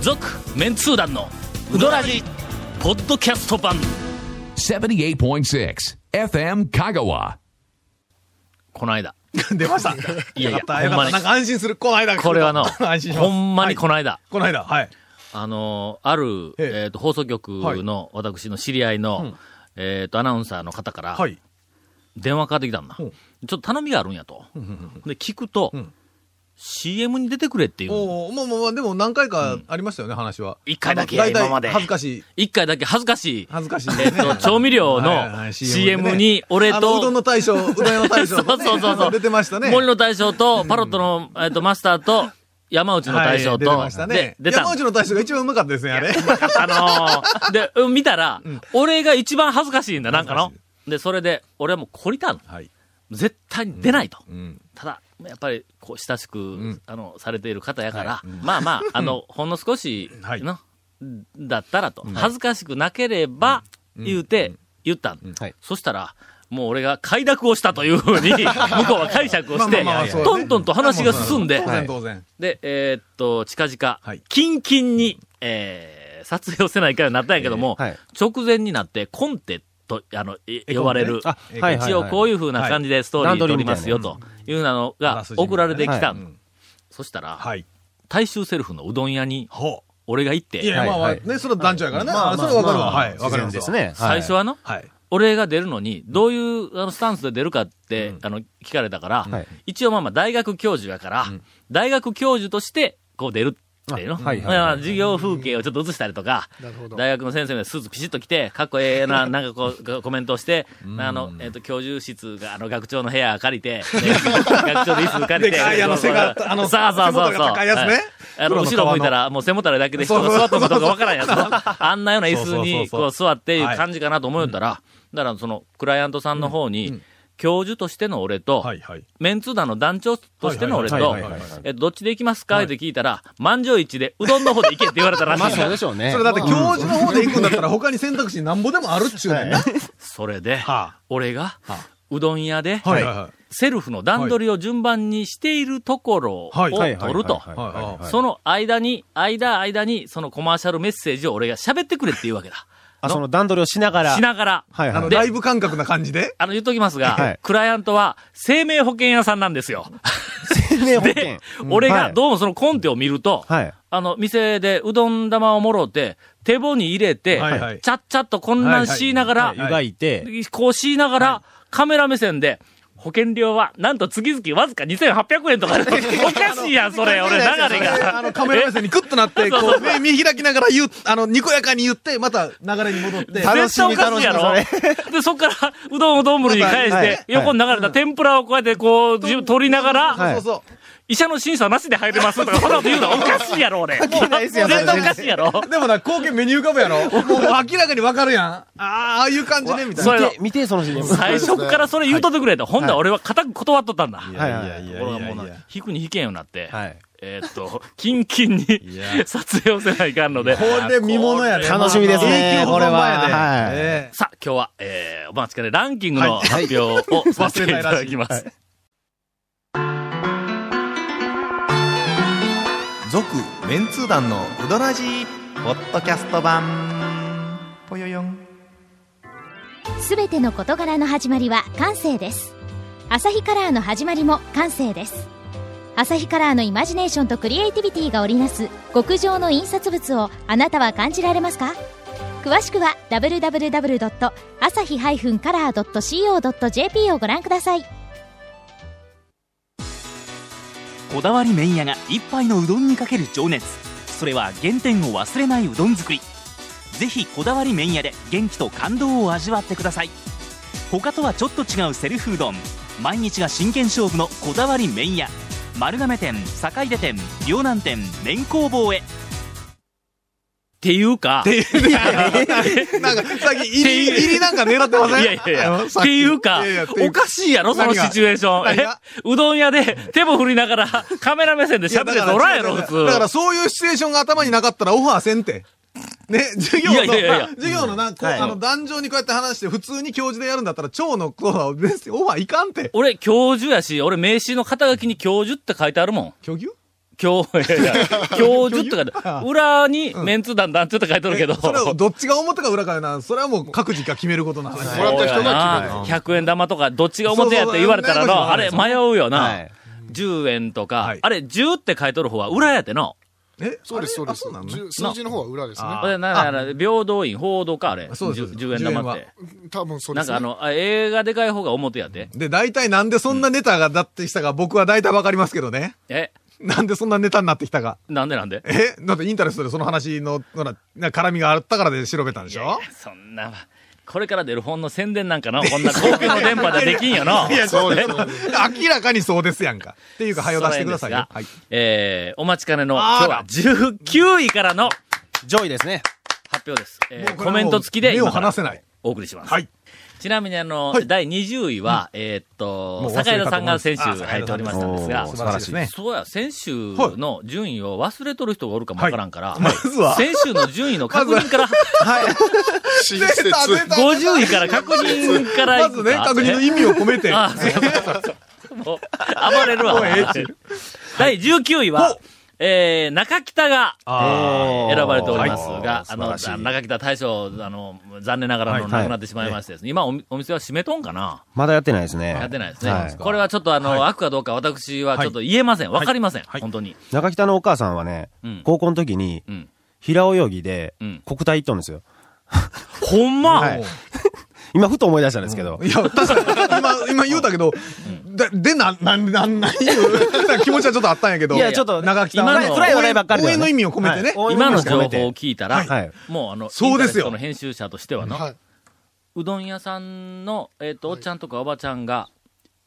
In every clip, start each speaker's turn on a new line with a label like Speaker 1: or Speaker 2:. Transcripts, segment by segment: Speaker 1: 続メンツー団のウドラジポッドキャスト版
Speaker 2: 78.6 FM Kagawa.
Speaker 1: この 間
Speaker 3: 出ました。
Speaker 1: いやいや
Speaker 3: よかった、よ
Speaker 1: ほんま
Speaker 3: かっ
Speaker 1: に
Speaker 3: た。なんか安心する。この間。
Speaker 1: これはの
Speaker 3: 安心します。
Speaker 1: ほんまにこの
Speaker 3: はい。
Speaker 1: 間、
Speaker 3: この間、はい。
Speaker 1: あのーある、え
Speaker 3: ええ
Speaker 1: ー、と放送局の私の知り合いの、えー、とアナウンサーの方から
Speaker 3: はい。
Speaker 1: 電話かかってきたんだ、
Speaker 3: うん
Speaker 1: ちょっと頼みがあるんやと、で聞くと、
Speaker 3: ん
Speaker 1: CM に出てくれっていう
Speaker 3: おおもう、もう、でも何回かありましたよね、話は。
Speaker 1: 一回だけ
Speaker 3: あの大体
Speaker 1: 今まで
Speaker 3: 恥ずかしい。
Speaker 1: 一回だけ恥ずかしい
Speaker 3: 恥ずかしい。
Speaker 1: えっと、調味料
Speaker 3: はいは
Speaker 1: の
Speaker 3: い
Speaker 1: CM に、俺
Speaker 3: あのうどん
Speaker 1: と、
Speaker 3: の大将、うどん屋の大将
Speaker 1: そう
Speaker 3: とね。
Speaker 1: そうそうそう。
Speaker 3: 出てましたね。
Speaker 1: 森の大将と、パロットの、えっと、マスターと、山内の大将
Speaker 3: はい出て
Speaker 1: と
Speaker 3: ました、
Speaker 1: で
Speaker 3: ね、。
Speaker 1: 出た
Speaker 3: 山。内の大将が一番うまかったですね、あれ。
Speaker 1: あのー、で、うん見たら、俺が一番恥ずかしいんだ、なんかの
Speaker 3: 恥ず。
Speaker 1: で、それで、俺はもう懲りたの。
Speaker 3: はい。
Speaker 1: 絶対に出ないと。
Speaker 3: うん。
Speaker 1: ただ、やっぱり、こう、親しく、
Speaker 3: ん
Speaker 1: あの、されている方やから、まあま あ、あの、ほんの少し、
Speaker 3: はい
Speaker 1: の、だったらと、恥ずかしくなければ、言うて、言ったの、
Speaker 4: はい
Speaker 1: そしたら、もう俺が快諾をしたというふ うに、向こうは解釈をして、
Speaker 3: まあまあまあそうだ
Speaker 1: ト
Speaker 3: ね
Speaker 1: ントンと話が進んで、
Speaker 3: 当然、当然。
Speaker 1: で、えーっと、近々、
Speaker 3: はい
Speaker 1: キンキンに、えー撮影をせないかになったんやけども、
Speaker 4: えーはい
Speaker 1: 直前になって、コンテと、あの、い呼ばれる、
Speaker 4: あ、はいはい、はい。
Speaker 1: 一応こう
Speaker 4: いう。
Speaker 1: いうふうな感じでストーリー撮りますよ、というの
Speaker 3: あ
Speaker 1: が
Speaker 3: らすじみたいなね
Speaker 1: 送られてきた、
Speaker 3: うん
Speaker 1: そしたら、
Speaker 3: はい。
Speaker 1: 大衆セルフのうどん屋に、
Speaker 3: ほ
Speaker 1: 俺が行っ
Speaker 3: う。いや、
Speaker 1: て、
Speaker 3: まあま
Speaker 4: は
Speaker 3: あ、
Speaker 4: い
Speaker 3: ね、それは団長やからね。あそれは
Speaker 4: わ
Speaker 3: わかるわ。はい、わか
Speaker 4: わか
Speaker 3: り
Speaker 4: るん
Speaker 3: ますわ
Speaker 4: です。ね。
Speaker 1: 最初はの、
Speaker 3: はい。
Speaker 1: 俺が出るのに、どういうあのスタンスで出るかって、あの、聞かれたから、
Speaker 4: はい
Speaker 1: 一応まあまあ大学教授やから、大学教授として、こう出るっていうの。
Speaker 4: あはいはい
Speaker 1: まあまあ授業風景をちょっと映したりとか、大学の先生がスーツピシッと着て、かっこええ な、なんかこう、コメントをして、あの、えっ、と、教授室が、あの、学長の部屋借りて、 で学長の椅子借りて。
Speaker 3: でかいあの背があの
Speaker 1: そうそうそうそう
Speaker 3: 背もたれが高いやつね
Speaker 1: はいあの、
Speaker 3: 黒の
Speaker 1: 後ろ向いたら、もう背もたれだけで人が座っとることがわからんやつ。あんなような椅子に、こう、座っていう感じかなと思うたら、だからその、クライアントさんの方に、教授としての俺と、
Speaker 3: はい、はい。
Speaker 1: メンツー団の団長としての俺
Speaker 4: はい
Speaker 1: と
Speaker 4: はいはいはいはいはい、
Speaker 1: えっとどっちで行きますかって聞いたら、満場一致で、うどんの方で行けって言われたらしい
Speaker 4: まあ
Speaker 1: んだ
Speaker 4: そうでしょうね。
Speaker 3: それだって教
Speaker 4: まあ
Speaker 3: 授の方で行くんだったら他に選択肢なんぼでもあるっちゅうねんな。
Speaker 1: それで、
Speaker 3: は
Speaker 1: 俺が
Speaker 3: はあ、
Speaker 1: うどん屋で、
Speaker 3: はいはいは
Speaker 1: セルフの段取りを順番にしているところを
Speaker 3: はい
Speaker 1: 取ると。
Speaker 4: はい
Speaker 3: はいはい
Speaker 1: その間に、間、間に、そのコマーシャルメッセージを俺が喋ってくれっていうわけだ。
Speaker 4: あ、その段取りをしながら。
Speaker 1: しながら。
Speaker 4: はい
Speaker 3: い。あ
Speaker 4: は
Speaker 3: の、
Speaker 4: い。
Speaker 1: で
Speaker 3: ライブ感覚な感じで。
Speaker 1: あの、言っときますが、
Speaker 4: はい
Speaker 1: クライアントは生命保険屋さんなんですよ。
Speaker 4: 生命保険
Speaker 1: で。、 俺
Speaker 4: は
Speaker 1: が
Speaker 4: い
Speaker 1: どうもそのコンテを見ると、
Speaker 4: はい。
Speaker 1: あの、店でうどん玉をもろうて、手棒に入れて、
Speaker 3: はいはい
Speaker 1: ちゃっちゃっとこんなんしながら、
Speaker 3: はい
Speaker 4: 湯がいて。
Speaker 1: こうしながら、カメラ目線で、保険料は、なんと月々わずか2800円とかで、おかしいやん、それ、俺、流れが。
Speaker 3: あの、カメラ目線にクッとなって、こう、目見開きながら言う、あの、にこやかに言って、また流れに戻って。
Speaker 4: 楽しみ
Speaker 1: 絶対おかしいやろ
Speaker 4: 楽
Speaker 1: で、そっから、うどんを丼に返して、
Speaker 4: はいはい
Speaker 1: 横に流れた天ぷらをこうやって、こう、自分取りながら、
Speaker 4: はい
Speaker 3: そうそう
Speaker 1: 医者の審査なしで入れますとか、そんなこと言うのおかしいやろ、俺。絶
Speaker 4: ないですよ
Speaker 1: 対おかしいやろ。
Speaker 3: そう。でもな、光景目に浮かぶやろ。もう明らかにわかるやん。ああ、ああいう感じね、みたい
Speaker 1: そ
Speaker 3: な。
Speaker 1: うやろ
Speaker 4: 見て、見て、その CM。
Speaker 1: 最初からそれ言うとってくれと。ほんなら
Speaker 4: はい
Speaker 1: 俺は固く断っとったんだ。
Speaker 4: はいはい
Speaker 3: い
Speaker 1: ところがもうな、引くに引けんようになって、
Speaker 4: はい。
Speaker 1: えーっと、キンキンに撮影をせないかんので。
Speaker 3: これ見物やね。
Speaker 4: 楽しみですね
Speaker 3: 影響本番や
Speaker 4: これははい
Speaker 3: ねえ
Speaker 1: さあ、今日は、えー、お待ちかね、ランキングの発表をさせていただきます。
Speaker 3: はい
Speaker 5: 続メンツー団のウドラジーポッドキャスト版ぽよよん
Speaker 6: すべての事柄の始まりは感性ですアサヒカラーの始まりも感性ですアサヒカラーのイマジネーションとクリエイティビティが織りなす極上の印刷物をあなたは感じられますか詳しくは www.asahi-color.co.jp をご覧ください
Speaker 7: こだわり麺屋が一杯のうどんにかける情熱それは原点を忘れないうどん作りぜひこだわり麺屋で元気と感動を味わってください他とはちょっと違うセルフうどん毎日が真剣勝負のこだわり麺屋丸亀店坂出店両南店麺工房へ
Speaker 1: っていうか、い
Speaker 3: なんか、さっき入り、入りなんか狙ってません
Speaker 1: やいやいや、っ
Speaker 3: さ
Speaker 1: ていうか
Speaker 3: いやいやっ、ていう
Speaker 1: おかしいやろ、その
Speaker 3: 何が
Speaker 1: シチュエーション。
Speaker 3: 何
Speaker 1: え
Speaker 3: が
Speaker 1: うどん屋で手も振りながら、カメラ目線で
Speaker 3: いや
Speaker 1: 喋っておらんやろ、
Speaker 3: だ
Speaker 1: 普
Speaker 3: からだから
Speaker 1: 通。
Speaker 3: そういうシチュエーションが頭になかったらオファーせんて。ね、授業の、
Speaker 1: いやいやいやいや
Speaker 3: 授業のなんか、
Speaker 4: はい
Speaker 3: あの、壇上にこうやって話して、普通に教授でやるんだったら、蝶のコーナーを別にオファーいかんて。
Speaker 1: 俺、教授やし、俺名刺の肩書きに教授って書いてあるもん。
Speaker 3: 教授
Speaker 1: 今日、いやいや今日ずっと書いて、裏にメンツ団団長って書いてるけど、
Speaker 3: それをどっちが表か裏かな、それはもう各自が決めることの話。
Speaker 8: もらった人が決める
Speaker 1: な100円玉とか、どっちが表やって言われたら
Speaker 3: そうそうそう
Speaker 1: な、あれ迷うよな。
Speaker 5: はい
Speaker 1: 10円とか、
Speaker 3: はい
Speaker 1: あれ10って書いとる方は裏やっての。
Speaker 3: え
Speaker 8: そうです、そうで
Speaker 3: あ
Speaker 8: す
Speaker 3: そうなの。ね
Speaker 8: じゅ数字の方は裏ですね
Speaker 3: あ。
Speaker 1: でななな平等院、報道か、あれ。
Speaker 3: そうです
Speaker 1: 10, 10円玉って。
Speaker 8: 多分そう
Speaker 1: なん
Speaker 8: です
Speaker 1: か
Speaker 8: ね。
Speaker 1: あの、あ映画でかい方が表やって。
Speaker 3: で、大体なんでそんなネタがだってきたか、僕は大体わかりますけどね。
Speaker 1: え、
Speaker 3: なんでそんなネタになってきたか。
Speaker 1: なんでなんで
Speaker 3: えだってインタレストでその話の、ほら、な絡みがあったからで調べたんでしょ
Speaker 1: そんな、これから出る本の宣伝なんかな、こんな公共の電波でできんよ な。
Speaker 8: そうですそうです。
Speaker 3: 明らかにそうですやんか。っていうか、はよ出してくださいよ。
Speaker 1: そうな
Speaker 3: は
Speaker 1: ん
Speaker 3: い
Speaker 1: ですが。えーお待ちかねの、今日は19位からの
Speaker 4: 上位ですね。
Speaker 1: 発表です。えー
Speaker 3: もうこれ
Speaker 1: コメント付きで
Speaker 3: 目を
Speaker 1: 今から
Speaker 3: 離せない。
Speaker 1: お送りします。
Speaker 3: はい。
Speaker 1: ちなみにあの、
Speaker 3: はい
Speaker 1: 第20位は、えーっと
Speaker 3: も、う忘れたと思
Speaker 1: 坂
Speaker 3: い
Speaker 1: 井
Speaker 3: ます
Speaker 1: 田さんが先週
Speaker 3: あ坂井田さん
Speaker 1: 入っておりましたんですが
Speaker 5: おー、
Speaker 3: 素晴らしいですね。
Speaker 1: そうや、先週の順位を忘れとる人がおるかもわからんから、
Speaker 3: まずは
Speaker 1: 先週の順位の確認から、
Speaker 8: 新
Speaker 1: 50
Speaker 8: 設。
Speaker 1: 位から確認から
Speaker 3: ま
Speaker 1: い
Speaker 3: ず
Speaker 1: くか。
Speaker 3: ね、確認の意味を込めて。
Speaker 1: あ、そうそうそうもう、暴れるわ。第19位は、えー、中北が、
Speaker 3: あー
Speaker 1: 選ばれております
Speaker 3: はい
Speaker 1: が、あの、
Speaker 3: 素晴らしい
Speaker 1: 中北大将、あの、残念ながらあの
Speaker 4: はい
Speaker 1: 亡くなってしまいましてですね、今おお店は閉めとんかな
Speaker 4: まだやってないですね。
Speaker 1: やってないですね。
Speaker 4: はい
Speaker 1: これはちょっとあの、悪かどうか私はちょっと言えません。わ、かりません。本当に。
Speaker 4: 中北のお母さんはね
Speaker 1: うん、
Speaker 4: 高校の時に
Speaker 1: うん、
Speaker 4: 平泳ぎで
Speaker 1: うん、
Speaker 4: 国体行ったんですよ。
Speaker 1: ほんま、
Speaker 4: はい今、ふと思い出したんですけど
Speaker 3: い。や、確かに、今、今言うたけど、で、で、な、なん、なん、なん言う 気持ちはちょっとあったんやけど。
Speaker 4: いやちょっと
Speaker 3: 長北
Speaker 1: 今の
Speaker 4: 暗い話題ばっかりで
Speaker 3: 応
Speaker 4: は
Speaker 3: 援
Speaker 4: な
Speaker 3: の
Speaker 4: い
Speaker 3: 意味を込めてね。
Speaker 4: はい
Speaker 1: 今の情報
Speaker 4: 応援
Speaker 1: を
Speaker 4: の意味を込めて
Speaker 1: 聞いたら、
Speaker 4: はい
Speaker 1: もうあの、
Speaker 3: そうです
Speaker 1: イ
Speaker 3: よ
Speaker 1: ンターネットの編集者としてはの、
Speaker 8: は
Speaker 1: うどん屋さんの、えっ、と、おっちゃんとかおばちゃんが、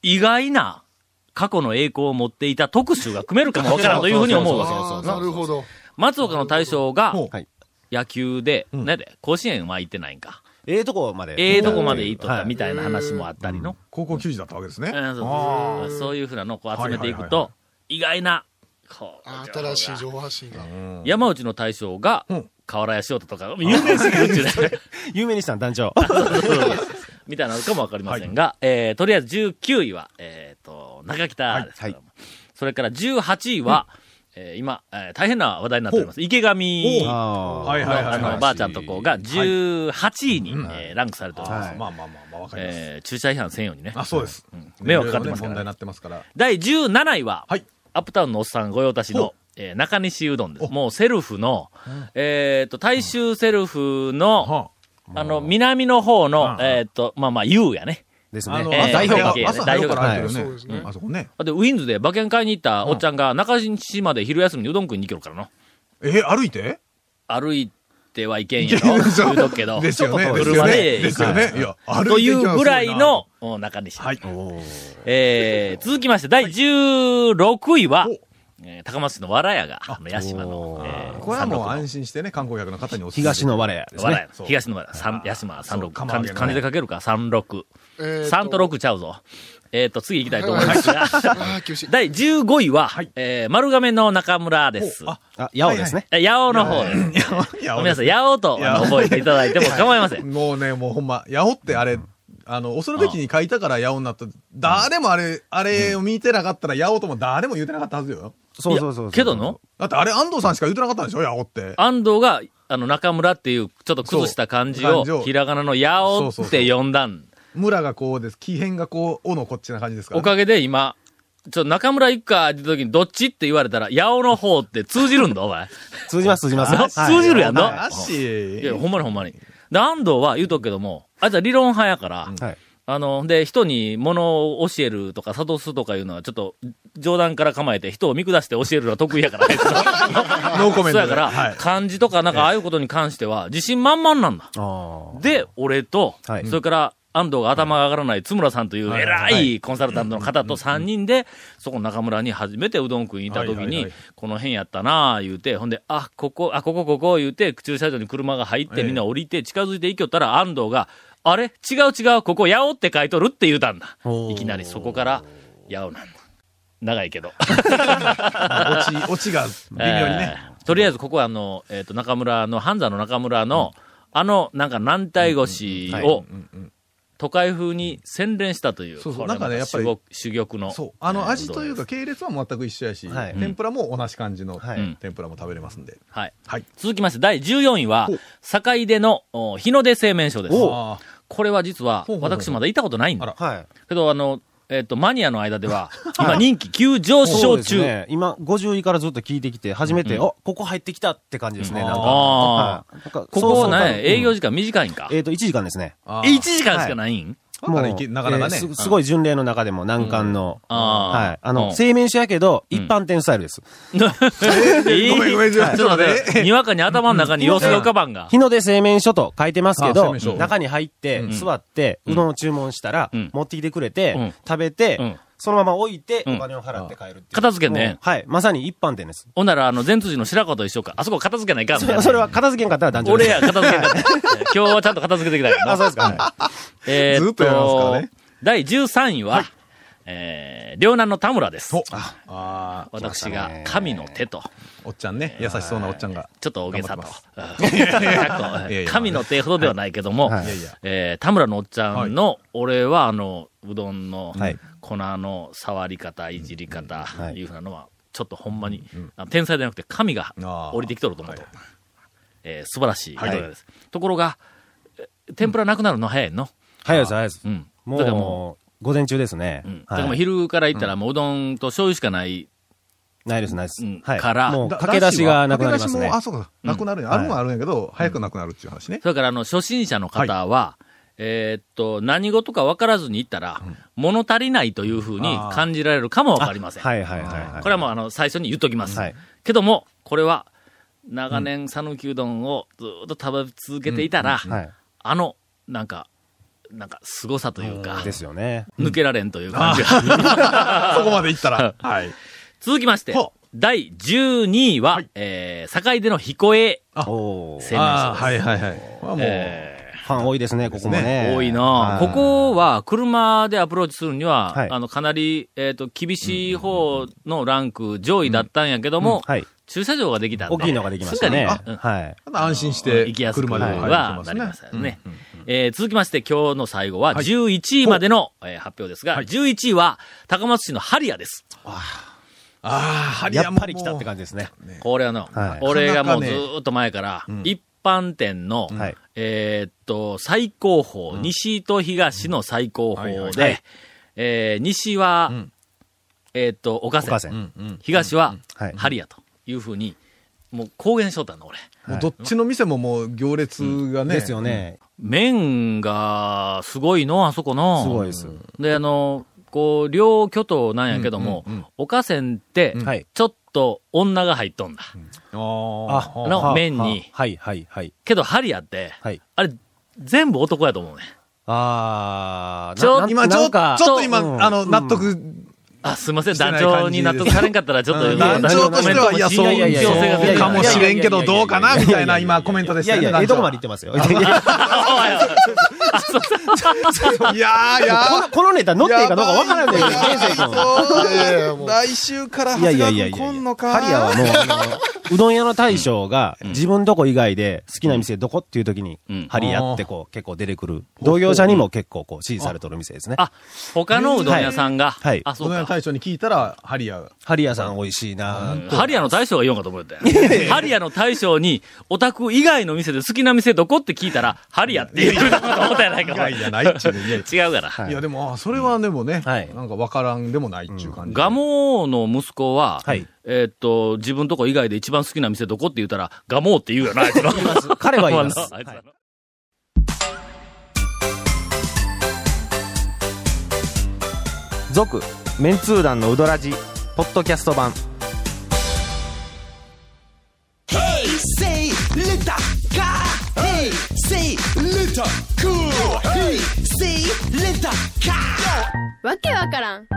Speaker 1: 意外な過去の栄光を持っていた特集が組めるかもわからんというふうに思う わけです。
Speaker 8: い。なるほど。
Speaker 1: 松岡の大将が
Speaker 3: ほう
Speaker 4: はい
Speaker 1: 野球で、なんやで、甲子園は行ってないんか。
Speaker 4: ええとこまで。
Speaker 1: ええとこまで行っとった
Speaker 4: はい
Speaker 1: みたいな話もあったりの。
Speaker 3: 高校球児だったわけですね。
Speaker 1: うんそうそうそういうふうなのをこう集めていく
Speaker 3: はいはいはいは
Speaker 1: と、意外な、こう
Speaker 8: 新しい情報発信が。
Speaker 1: 山内の大将が
Speaker 3: ん、
Speaker 1: 河原屋塩田とか、有名すぎるっちゅうね。
Speaker 4: 有名にしたん、団長。
Speaker 1: みたいなのかもわかりませんが、えー、とりあえず19位は、えー、と、中北ですけども、それから18位は、えー今、えー大変な話題になっております。池上の、
Speaker 4: あー
Speaker 3: はいはいはい
Speaker 1: あの、ばあちゃんとこが18位に、えーランクされております。
Speaker 4: はい
Speaker 3: まあまあまあまあ、わかります。
Speaker 1: えー駐車違反専用にね。
Speaker 3: あ、そうです。
Speaker 1: 迷惑かかってます
Speaker 3: 問
Speaker 1: か
Speaker 3: 題
Speaker 1: ら、
Speaker 3: になってますから。
Speaker 1: 第17位は、
Speaker 3: はい
Speaker 1: アップタウンのおっさん御用達の、えー中西うどんです。もうセルフの、えっ、と、大衆セルフの、
Speaker 3: は
Speaker 1: あの、南の方の、
Speaker 3: うん
Speaker 1: えっ、と、まあまあ、U やね。
Speaker 4: です
Speaker 3: あ
Speaker 4: ね
Speaker 3: の、。
Speaker 1: えー
Speaker 3: 朝
Speaker 1: 代表
Speaker 3: 早
Speaker 1: 系
Speaker 3: く朝早くから入ってる
Speaker 8: そう
Speaker 3: よ
Speaker 8: です
Speaker 3: ね
Speaker 8: ね。
Speaker 3: あそこね。
Speaker 1: あで、ウィンズで馬券買いに行ったおっちゃんが、中西まで昼休みにうどん食いに行けるからの。
Speaker 3: えー、歩いて
Speaker 1: 歩いてはいけん
Speaker 3: い
Speaker 1: や
Speaker 3: ける
Speaker 1: ろ。
Speaker 3: でしょ
Speaker 1: 言うとくけど。
Speaker 3: ですよね。
Speaker 1: 車で
Speaker 3: で
Speaker 1: 行
Speaker 3: す
Speaker 1: く
Speaker 3: よね。いや、歩
Speaker 1: と
Speaker 3: い
Speaker 1: い
Speaker 3: て行き
Speaker 1: う
Speaker 3: ます
Speaker 1: ぐらいのお中西。
Speaker 3: はい。
Speaker 1: えー、続きまして、第16位は
Speaker 3: お、
Speaker 1: えー高松市のわらやが、あの、八島の、えー
Speaker 3: これはも
Speaker 1: 三
Speaker 3: う
Speaker 1: 六
Speaker 3: 安心してね、観光客の方におすすめ
Speaker 4: 東の我やで
Speaker 1: の
Speaker 4: す
Speaker 1: わ
Speaker 4: ね
Speaker 1: ら。や、
Speaker 3: そう
Speaker 1: 東のわら、三八島三六。
Speaker 3: そう
Speaker 1: 漢字漢字で書けるか三六。
Speaker 8: えー
Speaker 1: 三と。六ちゃうぞ。えっと、次行きたいと思いますが、
Speaker 8: ああ、厳しい。
Speaker 1: 第15位は
Speaker 3: はい、
Speaker 1: えー丸亀の中村です。
Speaker 3: あ、
Speaker 4: あ、八尾ですね。
Speaker 1: え八尾の方です。
Speaker 3: いや、
Speaker 1: 皆さん、八尾とあの
Speaker 3: 八尾
Speaker 1: 覚えていただいても構いません。
Speaker 3: もうね、もうほんま、ヤオってあれ、あの、恐るべきに書いたからヤオになった。誰もあれ、あれを見てなかったらヤオとも誰も言うてなかったはずよ。
Speaker 4: そうそうそうそう。
Speaker 1: いやけどの、
Speaker 3: だってあれ安藤さんしか言うてなかったんでしょヤオって。
Speaker 1: 安藤が、あの、中村っていう、ちょっと崩した漢字
Speaker 3: そう漢字
Speaker 1: を、
Speaker 3: を
Speaker 1: ひらがなの八尾
Speaker 3: そうそう
Speaker 1: っ
Speaker 3: そう
Speaker 1: て呼んだん。
Speaker 3: 村がこうです。木変がこう、おのこっちな感じですから
Speaker 1: お
Speaker 3: ね、
Speaker 1: かげで今、ちょっと中村行くかって時に、どっちって言われたら、八尾の方って通じるんだ、お前。
Speaker 4: 通じます、通じます。
Speaker 1: あ通じるやん
Speaker 3: な
Speaker 1: な。い
Speaker 3: し。
Speaker 1: や、ほんまにほんまに。で、安藤は言うとくけども、あいつは理論派やから、
Speaker 4: はい。
Speaker 1: あの、で、人に物を教えるとか、諭すとかいうのは、ちょっと、冗談から構えて、人を見下して教えるのは得意やから、あいつは
Speaker 3: ノーコメントで
Speaker 1: そうやから、
Speaker 3: はい
Speaker 1: 漢字とか、なんか、ああいうことに関しては、自信満々なんだ。
Speaker 4: あ
Speaker 1: で、俺と、
Speaker 4: はい
Speaker 1: それから安藤が頭が上がらない津村さんという
Speaker 3: はい
Speaker 1: 偉いコンサルタントの方と3人で、そこの中村に初めてうどん食いに行った時
Speaker 3: はいはい
Speaker 1: に
Speaker 3: はい、
Speaker 1: この辺やったなあ言うて、ほんで、あ、ここ、あ、ここ、ここ言うて、駐車場に車が入っ
Speaker 3: え
Speaker 1: て、
Speaker 3: え
Speaker 1: みんな降りて近づいていきよったら安藤が、あれ違う違う、ここ、やおって書いとるって言うたんだ。
Speaker 4: おー
Speaker 1: いきなりそこから、やおなんだ。長いけど。
Speaker 3: 落ち、落ちが微妙にね。
Speaker 1: えーとりあえずここはあの、えっ、と、中村の、半座の中村の、あの、なんか軟体腰を、都会風に洗練したという、
Speaker 3: そうそ
Speaker 1: こ
Speaker 3: う
Speaker 1: れ
Speaker 3: なんかね
Speaker 1: また
Speaker 3: や
Speaker 1: 主
Speaker 3: っ
Speaker 1: 玉主玉の。
Speaker 3: そう。あ
Speaker 1: え
Speaker 3: の、
Speaker 1: ー
Speaker 3: 味という
Speaker 1: うどん
Speaker 3: か
Speaker 1: です
Speaker 3: 系列は全く一緒やし、
Speaker 4: はい
Speaker 3: 天ぷらも同じ感じの
Speaker 4: はい
Speaker 3: 天ぷらも食べれますんで。
Speaker 1: はい。
Speaker 3: はい。
Speaker 1: 続きまして、第14位は、坂出のお日の出製麺所です。
Speaker 3: あ
Speaker 1: これは実は
Speaker 3: ほう、ほうほう
Speaker 1: 私まだ行ったことないん
Speaker 3: あ
Speaker 1: だ
Speaker 3: ら
Speaker 4: はい。
Speaker 1: けど、あの、えっ、と、マニアの間で は、今人気急上
Speaker 4: そう
Speaker 1: 昇
Speaker 4: です
Speaker 1: 中。
Speaker 4: ね。今、50位からずっと聞いてきて、初めて、あ、ここ入ってきたって感じですね、なんか。
Speaker 1: あ
Speaker 4: はいなんか
Speaker 1: ここは
Speaker 4: そうそう
Speaker 1: ね、営業時間短いんか。
Speaker 4: えっと、1時間ですね。
Speaker 3: あ
Speaker 1: 1時間しかないん、
Speaker 3: なんかねいけなかなかね
Speaker 4: えー
Speaker 3: うん
Speaker 4: すすごい巡礼の中でも難関の。
Speaker 1: うんあー
Speaker 4: はい。あ
Speaker 1: うん
Speaker 4: の、製麺所やけど、
Speaker 1: ん
Speaker 4: 一般店スタイルです。
Speaker 1: えー
Speaker 3: ごめんごめん
Speaker 1: ちょっと待って、にわかに頭の中に様子が浮かばんが。
Speaker 4: 日の出製麺所と書いてますけ
Speaker 3: あ製
Speaker 4: ど
Speaker 3: 麺所、
Speaker 4: 中に入って、
Speaker 1: ん
Speaker 4: 座って、うどんを注文したら
Speaker 1: うん、
Speaker 4: 持ってきてくれ
Speaker 1: うん
Speaker 4: て、食べ
Speaker 1: う
Speaker 4: て
Speaker 1: ん、
Speaker 4: そのまま置いて、
Speaker 1: うん
Speaker 4: お金を払って帰るっていう。
Speaker 1: 片付けんね
Speaker 4: もうはい。まさに一般店です。
Speaker 1: ほんなら、あの、前通寺の白子と一緒か。あそこ片付けないかんみたいな。
Speaker 4: それは片付けんかったら団長
Speaker 1: 俺
Speaker 4: です。
Speaker 1: や、片付けんかった。今日はちゃんと片付けてきたからな。
Speaker 4: あ、そうですか。
Speaker 1: えー
Speaker 3: ずっとやりますからね
Speaker 1: 第13位は、えー、両南の田村です。
Speaker 3: おああー、
Speaker 1: 私が、神の手と、
Speaker 3: おっちゃんね。優しそうなおっちゃんが。
Speaker 1: ちょっと大げさと
Speaker 3: 頑張って。
Speaker 1: うん
Speaker 3: いやいや
Speaker 1: 神の手ほどではないけども、
Speaker 4: はい
Speaker 3: いやいや
Speaker 1: えー田村のおっちゃんの、俺は、あの、うどんの
Speaker 4: はい
Speaker 1: 粉の触り方、いじり方、
Speaker 4: はい
Speaker 1: いうふうなのは、ちょっとほんまに、あの天才じゃなくて神が
Speaker 3: あー
Speaker 1: 降りてきとると思うと、えー素晴らしいことです。ところが、え天ぷらなくなるの早いの。
Speaker 4: 早いです、早いです
Speaker 1: う。ん。だからも
Speaker 4: もう、午前中ですね
Speaker 1: う、うん。。だ
Speaker 4: は
Speaker 1: からもう
Speaker 4: い
Speaker 1: 昼から行ったら、もううどんと醤油しかない。
Speaker 4: ないです、ないです
Speaker 1: うん。
Speaker 4: はい
Speaker 1: から
Speaker 4: もう、駆け出しがなくなります
Speaker 3: 駆け出し
Speaker 4: ね
Speaker 3: も。あ、そうか。なくなるんや。
Speaker 4: うん
Speaker 3: あるもんあるんやけど、早くなくなるっていう話ね。
Speaker 1: それから、あの、初心者の方は、えーっと、何事か分からずに行ったら、物足りないというふうに感じられるかも分かりません。
Speaker 4: はいはいはいはい。
Speaker 1: これはもうあの最初に言っときます。
Speaker 4: はい
Speaker 1: けども、これは長年讃岐うどんをずっと食べ続けていたら、
Speaker 4: はい。
Speaker 1: あの、なんか、なんか凄さというか、
Speaker 4: ですよね。
Speaker 1: 抜けられんという感じが。
Speaker 3: そこまで行ったら。はい。
Speaker 1: 続きまして
Speaker 3: ほ、
Speaker 1: 第12位は、えー、堺での彦栄
Speaker 4: おー
Speaker 1: 製麺所
Speaker 3: あー
Speaker 1: です。
Speaker 3: はいはいはい。はもう、
Speaker 1: えー
Speaker 4: ファン多いですね、ここもね。
Speaker 1: 多いなここは車でアプローチするには、
Speaker 4: はい
Speaker 1: あの、かなり、えっ、と、厳しい方のランク上位だったんやけども、
Speaker 4: はい。
Speaker 1: 駐車場ができたんで。
Speaker 4: 大きいのができましたね。
Speaker 1: すっかりうん
Speaker 4: はい。
Speaker 3: 安心して、
Speaker 1: 行きやすく
Speaker 3: 車でも
Speaker 1: はな
Speaker 3: 入
Speaker 1: り
Speaker 3: れて
Speaker 1: ま
Speaker 3: ますす
Speaker 1: よ
Speaker 3: ね。
Speaker 1: ね。えー続きまして、今日の最後は、11位までの、えー発表ですが、11位は、高松市のハリアです。
Speaker 3: ああ、ハリ
Speaker 4: や
Speaker 3: ア
Speaker 4: っ
Speaker 3: も
Speaker 4: ぱり来たって感じですね。
Speaker 1: これはの、
Speaker 4: はい
Speaker 1: 俺がもう
Speaker 3: なかなか
Speaker 1: ず
Speaker 3: ね
Speaker 1: ーっと前から、一般店の、
Speaker 4: はい
Speaker 1: えーっと、最高峰、西と東の最高
Speaker 3: うんはい
Speaker 1: 峰
Speaker 3: はい
Speaker 1: で、えー西は、
Speaker 3: ん
Speaker 1: えーっと、岡
Speaker 4: お母
Speaker 1: 瀬
Speaker 4: さ、。
Speaker 3: うんんうん。
Speaker 1: 東は、
Speaker 4: はい
Speaker 1: ハリアというふうに、もう公言しとったの、俺。
Speaker 3: もうどっちの店ももう行列がね。
Speaker 4: ですよね。
Speaker 1: 麺が、すごいの、あそこの。
Speaker 4: すごいです。
Speaker 1: で、あの、こう、両巨頭なんやけども、岡線って
Speaker 4: んはい、
Speaker 1: ちょっと女が入っとんだ。
Speaker 3: あー。あ、
Speaker 1: の
Speaker 4: は
Speaker 1: 麺に
Speaker 4: ははいはいはい。
Speaker 1: けど、ハリアって、
Speaker 4: はい。
Speaker 1: あれ、全部男やと思うね。
Speaker 4: あー、
Speaker 1: ちょ
Speaker 4: な
Speaker 3: 今ちょ
Speaker 4: な
Speaker 3: っ
Speaker 4: ん
Speaker 3: と、
Speaker 4: か
Speaker 3: ちょっと
Speaker 4: う
Speaker 3: 今、
Speaker 4: ん
Speaker 3: あの、納得、
Speaker 1: あ、すいません、
Speaker 3: して
Speaker 1: 団
Speaker 3: ない
Speaker 1: 長に納得されんかったら、ちょっ
Speaker 3: う
Speaker 1: と、
Speaker 3: ん団長としては、いや、そう
Speaker 4: いやいやいや
Speaker 1: 強制が出てる
Speaker 3: かもしれんけど、どうかなみたいな、今、コメントで
Speaker 4: い
Speaker 3: した
Speaker 4: や
Speaker 3: ね。
Speaker 4: いや、ええとこまで行ってますよ。いやいや
Speaker 3: 団長いやー、いや
Speaker 4: このこのネタ乗っていいかどうかわからないんだけど、健生君。
Speaker 8: そう
Speaker 3: 来週から
Speaker 4: いやいやい
Speaker 3: 長
Speaker 4: やいや。
Speaker 3: 谷川君
Speaker 4: ハリアはもう、あの、うどん屋の大将が、自分どこ以外で好きな店どこっていう時に
Speaker 1: うん、
Speaker 4: ハリアってこう、結構出てくる。同業者にも結構こう、支持されてる店ですね。
Speaker 1: あ、他のうどん屋さんが、
Speaker 4: はいはい
Speaker 1: あ、そ
Speaker 3: こ
Speaker 1: う
Speaker 3: の
Speaker 1: か。
Speaker 3: 大将に聞いたら、ハリア。
Speaker 4: ハリアさん美味しいなぁ
Speaker 1: ハリアの大将が言おうかと思ったよ。ハリアの大将に、オタク以外の店で好きな店どこって聞いたら、ハリアって言うのかと思ったやないか。
Speaker 3: 以外じゃないっちゅうねいや
Speaker 1: 違うから。
Speaker 3: いや、でも、あそれ はでもね、
Speaker 4: はい
Speaker 3: なんか分からんでもないっちゅう感じ。
Speaker 1: ガモの息子は、
Speaker 4: はい
Speaker 1: えーっと、自分とこ以外で一番好きな店どこって言ったら、ガモって言うよな、あいつの。
Speaker 4: 彼は言 います
Speaker 1: あのあいつらの
Speaker 5: 続メンツー団のウドラジポッドキャスト版
Speaker 9: わけわからん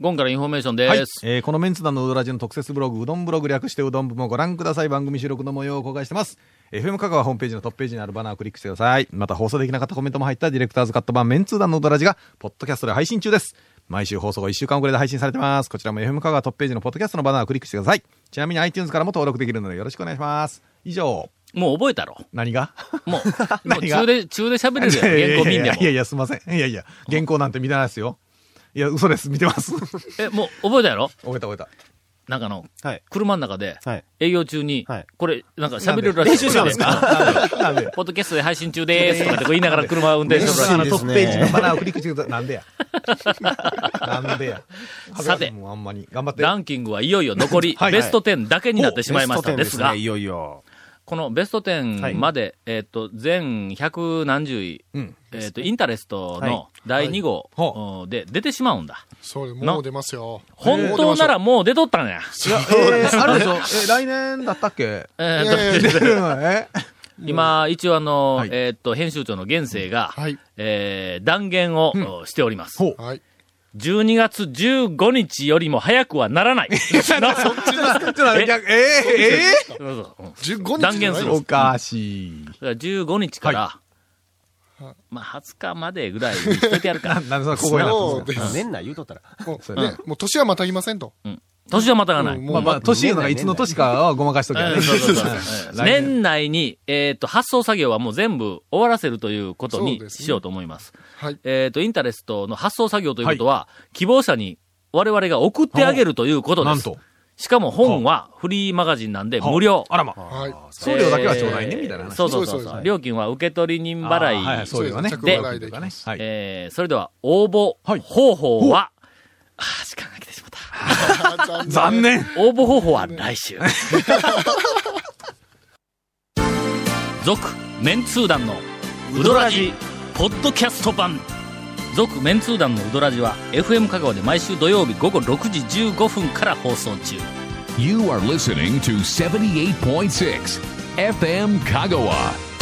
Speaker 1: ゴンからインフォメーションです。
Speaker 3: はい、えーこのメンツ団のうどらじの特設ブログ、うどんブログ略してうどん部もご覧ください。番組収録の模様を公開してます。FM 香川ホームページのトップページにあるバナーをクリックしてください。また放送できなかったコメントも入ったディレクターズカット版メンツー団のうどらじが、ポッドキャストで配信中です。毎週放送が1週間遅れで配信されてます。こちらも FM 香川トップページのポッドキャストのバナーをクリックしてください。ちなみに iTunes からも登録できるのでよろしくお願いします。以上、
Speaker 1: もう覚えたろ。
Speaker 3: 何が
Speaker 1: もう、もう
Speaker 3: 何が
Speaker 1: 中で、中で喋れ る
Speaker 3: いや
Speaker 1: よ。原
Speaker 3: いや
Speaker 1: 稿見ん
Speaker 3: い
Speaker 1: で
Speaker 3: や
Speaker 1: も
Speaker 3: い。やいや、すいません。いやいや、原稿なんて見てないですよ。いや、嘘です。見てます。覚
Speaker 1: え、もう覚えたやろ
Speaker 3: えた覚えた。
Speaker 1: なんかあの、
Speaker 4: はい。
Speaker 1: 車の中で、
Speaker 4: はい。
Speaker 1: 営業中に
Speaker 4: はい、
Speaker 1: これ、 なんか喋れるらしい。練習したんです
Speaker 3: なんで
Speaker 1: ポッドキャストで配信中でーすとかってこう言いながら車を運転してるらしい。
Speaker 3: トップページのバナーをクリックしてください。なんでや。なんでや。
Speaker 1: さて
Speaker 3: もうあんまに。頑張って。
Speaker 1: ランキングはいよいよ残り、
Speaker 3: はい
Speaker 1: ベスト10だけになってしまいました
Speaker 4: お
Speaker 1: で
Speaker 4: ベ
Speaker 1: す
Speaker 4: スト
Speaker 1: が、
Speaker 4: 10ねいよいよ。
Speaker 1: このベスト10まで、えっ、と、全百何十位、
Speaker 3: うん。
Speaker 1: えっ、と、インタレスト
Speaker 4: はい
Speaker 1: の第2号、
Speaker 3: はい
Speaker 1: うんで出てしまうんだ。
Speaker 8: そうです
Speaker 1: な
Speaker 8: もう出ますよ。
Speaker 1: 本当ならもう出とったんや。
Speaker 3: いや、えー、あるでしょ。え、来年だったっけ
Speaker 1: え
Speaker 8: い
Speaker 1: ーと
Speaker 8: やいやいや
Speaker 3: 出るのえ
Speaker 1: 今、一応あの、
Speaker 3: はい
Speaker 1: えっ、と、編集長の現世が、
Speaker 8: はい
Speaker 1: えー断言を、しております。
Speaker 3: ほう。
Speaker 8: はい。
Speaker 1: 12月15日よりも早くはならない。な そ
Speaker 3: ちょっと待ってちょっと待って逆えー、え
Speaker 1: そうそううん
Speaker 8: 15日
Speaker 1: 断言す
Speaker 3: ー
Speaker 1: る
Speaker 3: おかしい。
Speaker 1: だから15日から、まあ、20日までぐらいにしててやるから。
Speaker 3: な んでそんな小声になってるんですか
Speaker 4: 年内言うとったら。
Speaker 8: も
Speaker 3: そうれ
Speaker 8: ねもう年はまたぎませんと。
Speaker 1: 年はまたがない。
Speaker 8: うん
Speaker 3: まあまあ、年いうのがいつの年かはごまかしときゃ
Speaker 1: う
Speaker 3: ね
Speaker 1: ん そうそうそう
Speaker 3: 来年
Speaker 1: 年内に、えっ、と、発送作業はもう全部終わらせるということに
Speaker 8: そうですね
Speaker 1: しようと思います。
Speaker 8: はい。
Speaker 1: えっ、と、インタレストの発送作業ということは、希望者に我々が送ってあげるということ
Speaker 3: な
Speaker 1: で
Speaker 3: ん
Speaker 1: す。
Speaker 3: と。
Speaker 1: しかも本はフリーマガジンなんで無料。
Speaker 3: あらま。
Speaker 8: はい。
Speaker 3: 送料だけはちょうだいね、
Speaker 1: えー
Speaker 3: みたいな話。
Speaker 1: そうそうそ
Speaker 8: そう
Speaker 1: う
Speaker 8: です
Speaker 1: そ
Speaker 8: そう
Speaker 1: う。
Speaker 8: です
Speaker 1: 料金は受取人払い。
Speaker 3: あーはい、そういうのね。
Speaker 8: そう
Speaker 1: です着
Speaker 8: 払いできます
Speaker 3: はい。
Speaker 1: えーそれでは応募
Speaker 3: はい
Speaker 1: 方法は、あー時間が来てしまった。
Speaker 3: 残念
Speaker 1: 応募方法は来週。 続、メンツー団のウドラジ、ポッドキャスト版。続、メンツー団のウドラジは、FM 香川で毎週土曜日午後6時15分から放送中。
Speaker 2: You are listening to 78.6 FM Kagawa.